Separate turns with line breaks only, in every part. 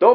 どう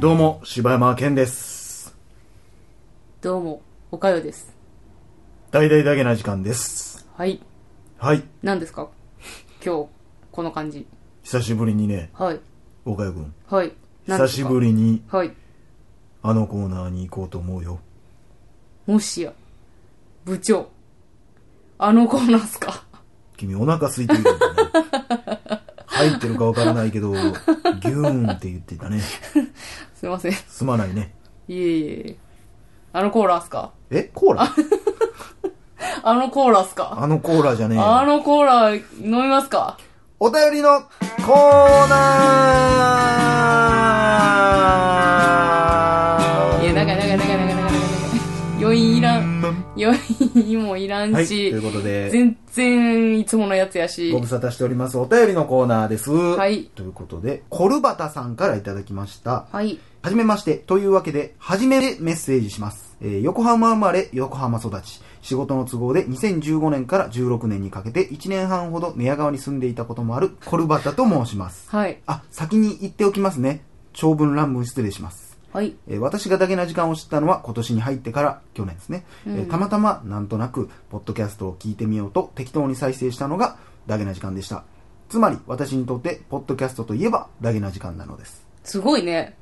どうも、柴山健です。
どうも、おかよです。
大々だけな時間です。
はい。
はい、
何ですか今日、この感じ。
久しぶりにね、
はい。
岡谷くん。
はい。
久しぶ
り。
りに、
はい。
あのコーナーに行こうと思うよ。
もしや、部長。あの子なんすか
君、お腹空いてるよね。入ってるかわからないけど、ギューンって言ってたね。
すいません。い
すまないね。
えいえ。あのコーラっすか
えコーラ
あのコーラっすか
あのコーラじゃねえ
あ
よ。
のコーラ飲みますか
お便りのコーナー
いや、長い長い長い長い長い長い長い。余韻いらん。余韻もいらん
はい、と
し、
いうことで、
全然いつものやつやし。
ご無沙汰しております。お便りのコーナーです。はいということで、コルバタさんからいただきました。
はい。
はじめまして。というわけで、はじめでメッセージします。えー横浜生まれ、横浜育ち。仕事の都合で2015年から16年にかけて1年半ほど寝屋川に住んでいたこともあるコルバタと申します。
はい。
あ、先に言っておきますね。長文乱文失礼します。
はい。
えー私がだけな時間を知ったのは今年に入ってから去年ですね、えーたまたまなんとなくポッドキャストを聞いてみようと適当に再生したのがだけな時間でしたつまり私にとってポッドキャストといえばだけな時間なのです
すごいね。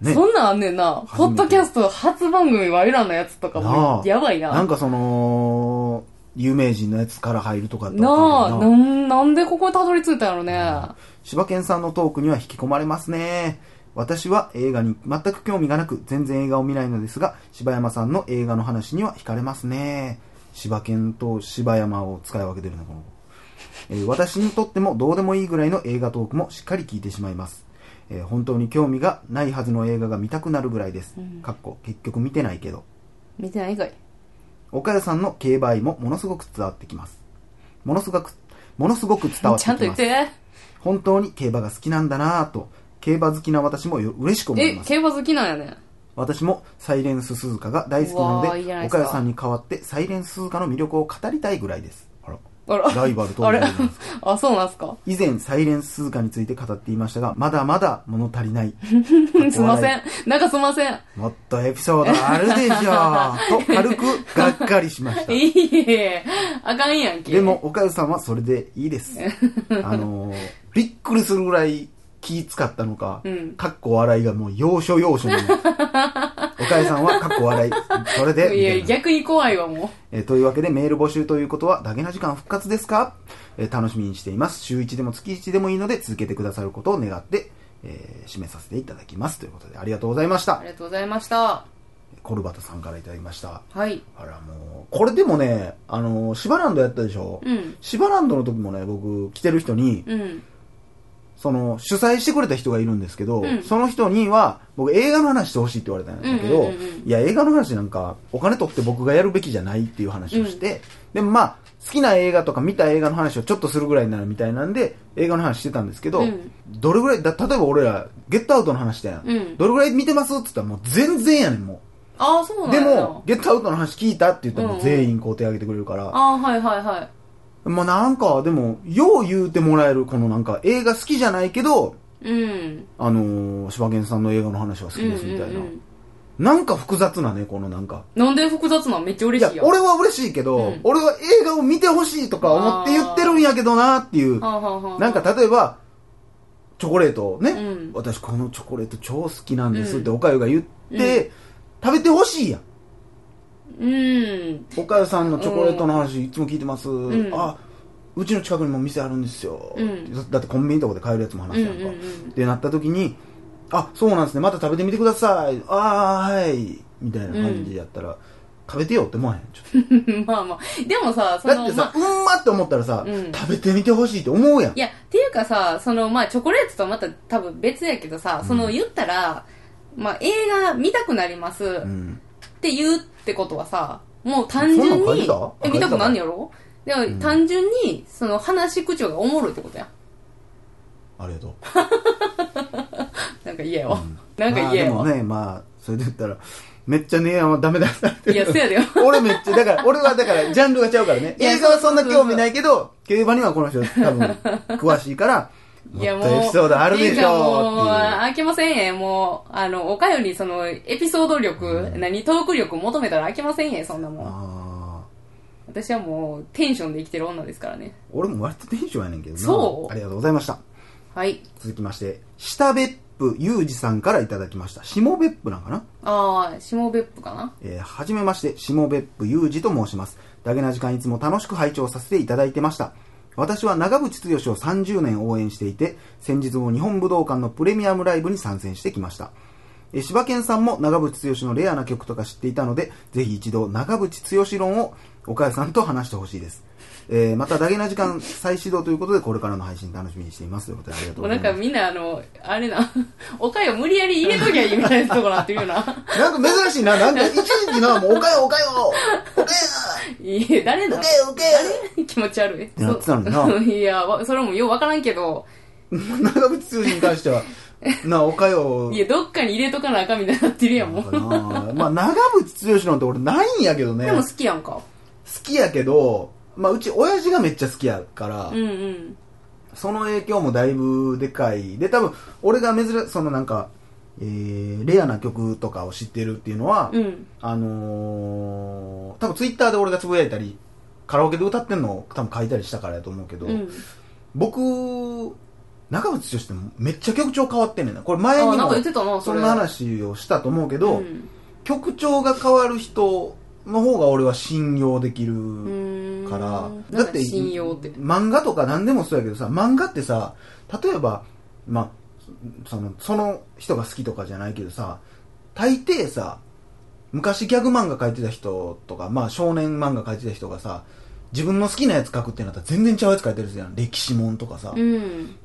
ね
そんなんあんねんな。
初
ポ
め
ッ
て
ドキャスト初番組我らのやつとか
な
も
あ
やばいな。
な
なん
かその有名人のやつから入るとかだったのか
あ、
な
なん、なんでここたどり着いたんやろね。
柴犬さんのトークには引き込まれますね。私は映画に全く興味がなく、全然映画を見ないのですが、柴山さんの映画の話には惹かれますね。柴犬と柴山を使い分けてるね、この子。えー私にとってもどうでもいいぐらいの映画トークもしっかり聞いてしまいます。えー本当に興味がないはずの映画が見たくなるぐらいです。かっこ、結局見てないけど。
見てないかい。
岡谷さんの競売もものすごく伝わってきます。ものすごく、ものすごく伝わってき
ちゃ
ま
んと
す。
言って。
本当に競馬が好きなんだなぁと、競馬好きな私もよ嬉しく思い
え、
ます。
競馬好きなんやね。
私もサイレンス鈴鹿が大好きなの
うわーいいじ
で
ゃない、です
岡
か
谷さんに代わってサイレンス鈴鹿の魅力を語りたいぐらいです。あら。
あら。
ライバルと
あれ
ライバルです。
あ、そうなんす か。
以前、サイレンス鈴鹿について語っていましたが、まだまだ物足りない。
すいません。なんかすいません。
もっとエピソードあるでし ょう。と、軽くがっかりしました。
いいえ、あかんやんけ。
でも、岡谷さんはそれでいいです。あのー、びっくりするぐらい気使ったのか、
うん
かっこ笑いがもう要所 要所に。岡谷さんはかっこ笑い。それ
い
で、
や、
みたいな
逆に怖いわ、も
えーというわけでメール募集ということは、ダゲな時間復活ですか、えー楽しみにしています。週1でも月1でもいいので、続けてくださることを願って、えー締めさせていただきます。ということで、ありがとうございまし
う。あ
た
り。がとうございました。
コルバタさんからいただきました。
はい。
あら、もう、これでもね、あのー、シバランドやったでしょ
うん。
シバランドの時もね、僕、来てる人に、
うん。
その、主催してくれた人がいるんですけど、
うん
その人には、僕映画の話してほしいって言われたんだけど、
うんうんうんうん
いや、映画の話なんか、お金取って僕がやるべきじゃないっていう話をして、でもまあ、好きな映画とか見た映画の話をちょっとするぐらいならみたいなんで、映画の話してたんですけど、
うん
どれぐらい、だ例えば俺ら、ゲットアウトの話だよ、
うん
どれぐらい見てますって言ったらもう全然やねん、も
あ、そう
う。
なんや
で
な
も、、ゲットアウトの話聞いたって言ったらもう全員こう手挙げてくれるから、
あ、はいはいはい。
まあなんか、でも、よう言うてもらえる、このなんか、映画好きじゃないけど、
うん。
あのー、柴犬さんの映画の話は好きですみたいな。
うんうんうん
なんか複雑なね、このなんか。
なんで複雑なんめっちゃ
い
嬉
や
しいや、ん。
俺は嬉しいけど、
うん
俺は映画を見てほしいとか思って言ってるんやけどなっていう。
はあはあはあ
なんか、例えば、チョコレートをね、
うん
私このチョコレート超好きなんですって
う
おかゆが言って、食べてほしいやん。
うん。
おかゆさんのチョコレートの話いつも聞いてます。
ん
あ、うちの近くにも店あるんですよ。
うん
だだってコンビニとかで買えるやつも話したんか。
うんうんうん
ってなった時に、あ、そうなんですね。また食べてみてください。ああ、はい。みたいな感じやったら、食べてよって思わへん。ちょっと
まあまあ。でもさ、そ
だっ
の、
て
ま
さ
あ、、
うんまって思ったらさ、
うん
食べてみてほしいって思うやん
い。や、っていうかさ、その、まあ、チョコレートとまた多分別やけどさ、その、言ったら、まあ、映画見たくなりますっ
うん。
て言うってことはさ、もう単純
そんなん書いて
に
た、
え見たくなんやろでも、単純に、その、話し口調がおもろいってことや。
ありがとう。
なんか嫌やわ。なんか嫌や
まあ
わ。
でもね、まあ、それで言ったら、めっちゃね、あのダメ出されて
いや、せやでよ。
俺めっちゃ、だから、俺はだから、ジャンルがちゃうからね。
いや
映画はそんな興味ないけど、競馬にはこの人多分、詳しいから、
い
もっと
やもう、
エピソードあるでしょ
もう、
う
飽きませんえ、もう、あの、おかよにその、エピソード力、何、トーク力求めたら飽きませんえ、そんなもん。
あ
私はもう、テンションで生きてる女ですからね。
ー俺も割とテンションやねんけどな。
そう
ありがとうございました。
はい。
続きまして、下別府ゆうじさんからいただきました。下別府なんかな
ああ、下別府かな
えーはじめまして、下別府ゆうじと申します。ダゲな時間いつも楽しく拝聴させていただいてました。私は長渕剛を30年応援していて、先日も日本武道館のプレミアムライブに参戦してきました。えー柴犬さんも長渕剛のレアな曲とか知っていたので、ぜひ一度長渕剛論を岡谷さんと話してほしいです。えーまたダゲな時間再始動ということで、これからの配信楽しみにしています。ということでありがとう
も
ご
う
ざ
ないん
ます
か。みんなあの、あれな、 おかよ無理やり入れときゃいいみたいなとこなってるよ な。
なんか珍しい な、なんか一時期な、もうおかよおかよおかよ
いや、誰
お
だ
かよおか よ
気持ち悪い。
てなってたのにな
そう いや、わそれもようわからんけど、
長渕剛に関しては、な、おかよ。
いや、どっかに入れとかなあかんみたいになってるやん、も
なん
う。
かなまあ、長渕剛なんて俺ないんやけどね。
でも
好
好きやんか。
きやけど、まあ、うち親父がめっちゃ好きやから、
うんうん。
その影響もだいぶでかい。で、多分、俺が珍し、そのなんか、えー、レアな曲とかを知ってるっていうのは、
うん。
あのー、多分ツイッターで俺がつぶやいたり、カラオケで歌ってんのを多分書いたりしたからやと思うけど、
うん。
僕、長渕剛ってめっちゃ曲調変わってんねんな。これ前
あ
に
なん
も
か言ってたな、そ
そ
れ。
んな話をしたと思うけど、
うん
曲調が変わる人の方が俺は信用でき
う
る
ーん
から、
なんか信用って。
漫画とか何でもそうやけどさ漫画ってさ例えば、まあ、そのその人が好きとかじゃないけどさ大抵さ昔ギャグ漫画描いてた人とか、まあ、少年漫画描いてた人がさ自分の好きなやつ描くってなったら全然ちゃうやつ描いてるじゃん歴史もんとかさ、
うん。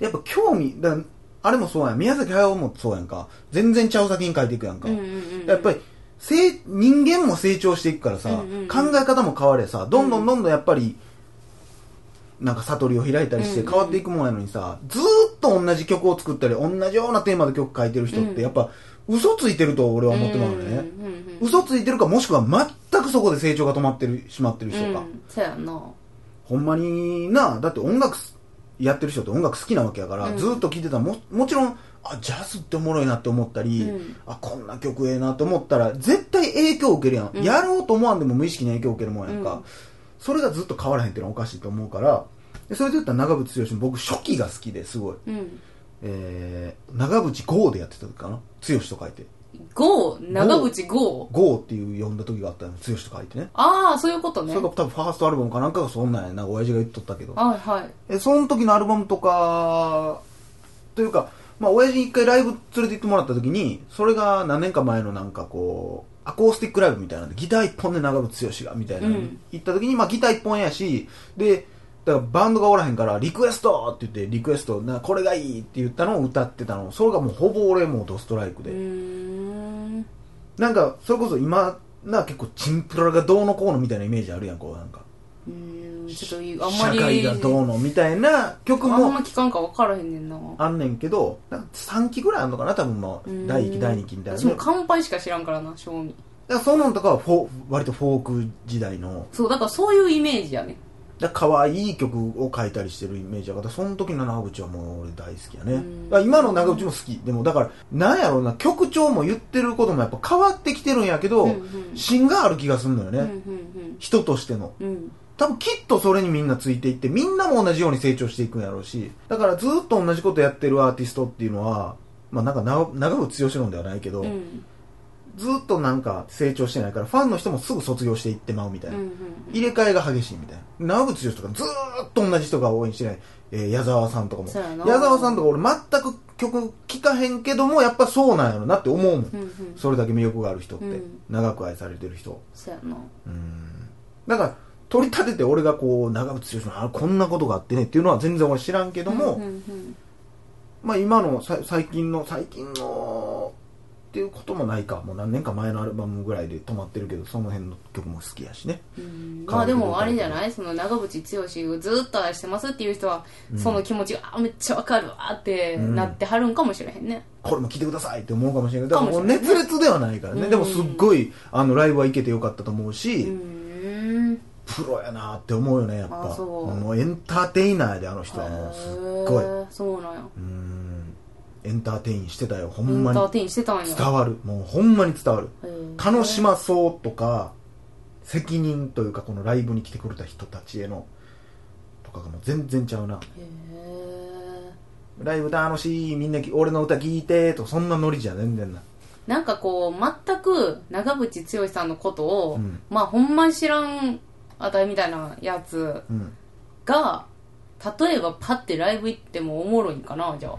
やっぱ興味だあれもそうやん宮崎駿もそうやんか全然ちゃう作品書いていくやんか、
うんうんうん
やっぱりせい人間も成長していくからさ、
うんうんうん
考え方も変われさどんどんどんどんやっぱり、なんか悟りを開いたりして
うんうん
変わっていくもんやのにさ、ずーっと同じ曲を作ったり同じようなテーマで曲書いてる人っ
うん
てやっぱ嘘ついてると俺は思ってまうのね、
うんうんうんうん
嘘ついてるかもしくは全くそこで成長が止まってるしまってる人か、
うんそうやんな。
ほんまになだって音楽すやってる人って音楽好きなわけやから、
うん
ずーっと聴いてたらももちろんあジャズっておもろいなって思ったり、
うん
あこんな曲ええなと思ったら絶対影響を受けるやん、
うん
やろうと思わんでも無意識に影響を受けるもんやんか、
うん
それがずっと変わらへんっていうのはおかしいと思うからでそれで言ったら長渕剛も僕初期が好きですごい、
うん。
えー、長渕剛でやってた時かな剛と書いて
ゴー、長渕ゴー。
剛っていう呼んだ時があったの剛と書いてね
ああ、そういうことね。
それが多分ファーストアルバムかなんかがそんなんやな親父が言っとったけど
はいはい。
えその時のアルバムとかというかまあ親父に一回ライブ連れて行ってもらった時にそれが何年か前のなんかこうアコースティックライブみたいなんでギター一本で長渕剛がみたいなのに
うん
行った時に、まあギター一本やしでだからバンドがおらへんからリクエストって言ってリクエストなこれがいいって言ったのを歌ってたのそれがもうほぼ俺もうドストライク
う
で、
ーん。
なんかそれこそ今な結構チンプラがどうのこうのみたいなイメージあるやんこうなんか
うーんちょっと、あんま
社
り。
会がどうのみたいな曲
あ
も
んま聞かんか分からへんねんな。
あんねんけど、なんか3期ぐらいあんのかな、多分もう
うーん、
第1期、第2期みたいな
私
ね。
も乾杯しか知らんからな、正味。
だからそのんとかはフォー割とフォーク時代の、
そう、だからそういうイメージやね。
だから可愛い曲を書いたりしてるイメージだから、その時の長渕はもう俺大好きやね。
う
だ
ん
から今の長渕も好き。でもだから、なんやろうな、曲調も言ってることもやっぱ変わってきてるんやけど、
うんうん
芯がある気がするのよね。
うんうん
人としての。
うん。うん。
多分きっとそれにみんなついていって、みんなも同じように成長していくんやろうし、だからずっと同じことやってるアーティストっていうのは、まあなんか長長渕剛論ではないけど、
うん。
ずっとなんか成長してないから、ファンの人もすぐ卒業していってまうみたい
うん
な。
うんうん
入れ替えが激しいみたいな。長渕剛とかずーっと同じ人が応援してない。えー矢沢さんとかも。
そうやな
矢沢さんとか俺全く曲聴かへんけども、やっぱそうなんやろなって思うもん。
うんうん
それだけ魅力がある人って。
うん
長く愛されてる人。
そうやな
うん。だから、取り立てて俺がこう、長渕剛の、あこんなことがあってねっていうのは全然俺知らんけども、
うんうん
まあ今のさ最近の、最近の、っていうこともないか。もう何年か前のアルバムぐらいで止まってるけど、その辺の曲も好きやしね。
うんうんまあでもあれじゃないその長渕剛をずっと愛してますっていう人は、その気持ちがあめっちゃわかるわってなってはるんかもしれへんね、
これも聴いてくださいって思うかもしれないけど、
か
だ
も
か
し
ら
れ
もう
ない
熱烈ではないからね。
うん
でもすっごい、あの、ライブは行けてよかったと思うし、
うん
プロやなって思うよね、やっぱ。
あそう
もうエンターテイナーであの人はもうすっごい。
へ
う
ーそうなんや
ん。エンターテインしてたよ、ほ
エ
ん
ン
ま
タ
に
ー。テインしてたんや
伝わる。もうほんまに伝わる。
へー
楽しまそうとか、責任というか、このライブに来てくれた人たちへの、とかがもう全然ちゃうな。
へー
ライブ楽しい、みんなき俺の歌聴いて、と、そんなノリじゃ全然ない。
なんかこう全く長渕剛さんのことを、
うん
まあほんま知らんあたりみたいなやつ
うん。
が例えばパッてライブ行ってもおもろいんかなじゃあ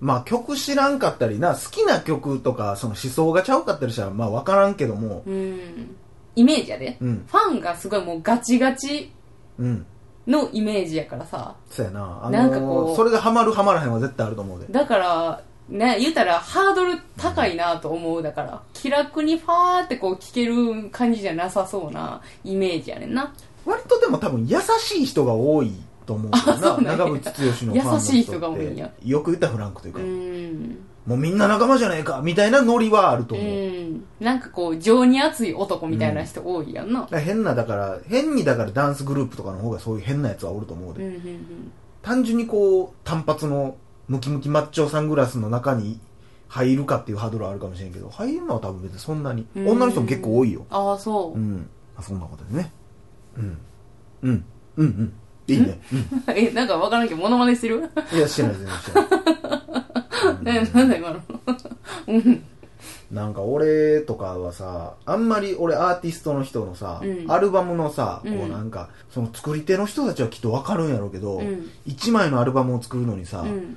まあ曲知らんかったりな、好きな曲とか、その思想がちゃうかったりしたら、まあわからんけども、
うんイメージやで、
うん
ファンがすごいもうガチガチ
うん。
のイメージやからさ
そうやな。あのー
なんかこう
それがハマるハマらへんは絶対あると思うで。
だからね言うたらハードル高いなと思うだから気楽にファーってこう聴ける感じじゃなさそうなイメージやねんな
割とでも多分優しい人が多いと思うけど
あそうなんや
長渕剛のファンの人って。
優しい人が多いんや
よく言ったフランクというか、
うん
もうみんな仲間じゃねえか、みたいなノリはあると
う
思う。
んなんかこう情に熱い男みたいな人多いやんな
だから変な、だから、変にだからダンスグループとかの方がそういう変なやつはおると思う
う
で。
んうんうん
単純にこう、単発のムキムキマッチョサングラスの中に入るかっていうハードルはあるかもしれんけど、入るのは多分別にそんなに。
うん
女の人も結構多いよ。
ああそうう、
ん。あそんなことでね。うん。うん。うんうん。いいね。う ん。
えなんかわからんけどモノマネしてる、
いや、してない、全然 してない
え。なんだ今のうん
なんか俺とかはさあんまり俺アーティストの人のさ、
うん
アルバムのさ、
うん
こうなんかその作り手の人たちはきっと分かるんやろうけど、
うん
一1枚のアルバムを作るのにさ、
うん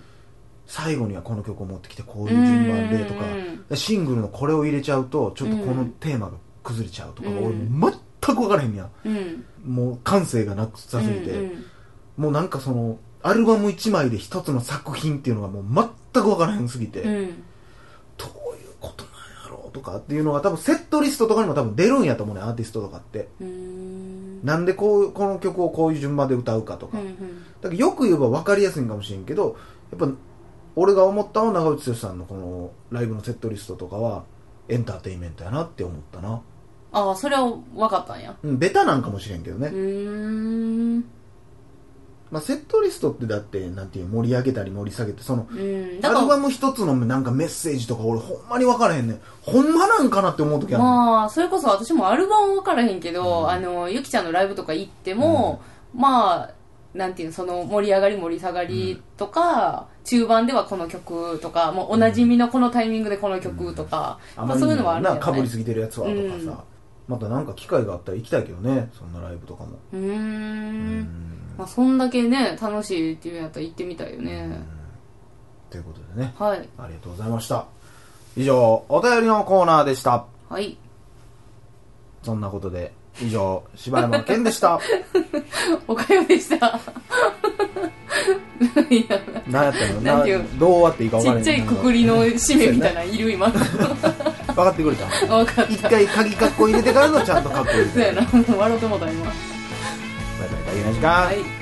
最後にはこの曲を持ってきてこういう順番でとか
うんうん
シングルのこれを入れちゃうとちょっとこのテーマが崩れちゃうとか、俺全く分からへんねや
うん
もう感性がなくさすぎて、
うん
もうなんかそのアルバム1枚で1つの作品っていうのがもう全く分からへんすぎて、
うんうん
どういうことなんやろうとかっていうのが多分セットリストとかにも多分出るんやと思うねアーティストとかって
うーん
なんでこうこの曲をこういう順番で歌うかと
う
か,、
んうん
だからよく言えば分かりやすいんかもしれんけどやっぱ俺が思ったのは長渕剛さんのこのライブのセットリストとかはエンターテインメントやなって思ったな、
ああそれは分かったんや
うん、ベタなんかもしれんけどね、
うーん
まあ、セットリストってだってなんていう盛り上げたり盛り下げてその
うん
ア
だ
ル
か
バム一つのなんかメッセージとか俺ほんまに分からへんねんほんまなんかなって思う時
ら
ある、
まあそれこそ私もアルバムは分からへんけど、あのゆきちゃんのライブとか行っても、まあなんていうのその盛り上がり盛り下がりとか、中盤ではこの曲とかもうおなじみのこのタイミングでこの曲とか、
あ
ま
ま
あ、
り
そ
に
ういうのは
も
ある
な
よね
かぶりすぎてるやつはとかさ、
うん
またなんか機会があったら行きたいけどねそんなライブとかも
うーん
うん
まあ、そんだけね楽しいっていうんやったら行ってみたいよね、
ということでね
はい
ありがとうございました以上お便りのコーナーでした
はい
そんなことで以上柴山健でした
おかよでしたいや
何やったの
なんていう
どう終わっていいか分
ち
からへ
っ
ん
ちゃいくくりの締めみたいなのいる今
分かってくれた
分かった
一回鍵カッコ入れてからのちゃんとカッコ入 れ
そう
て
やなもう笑うてもうた今
バイバイ大変な時間
はい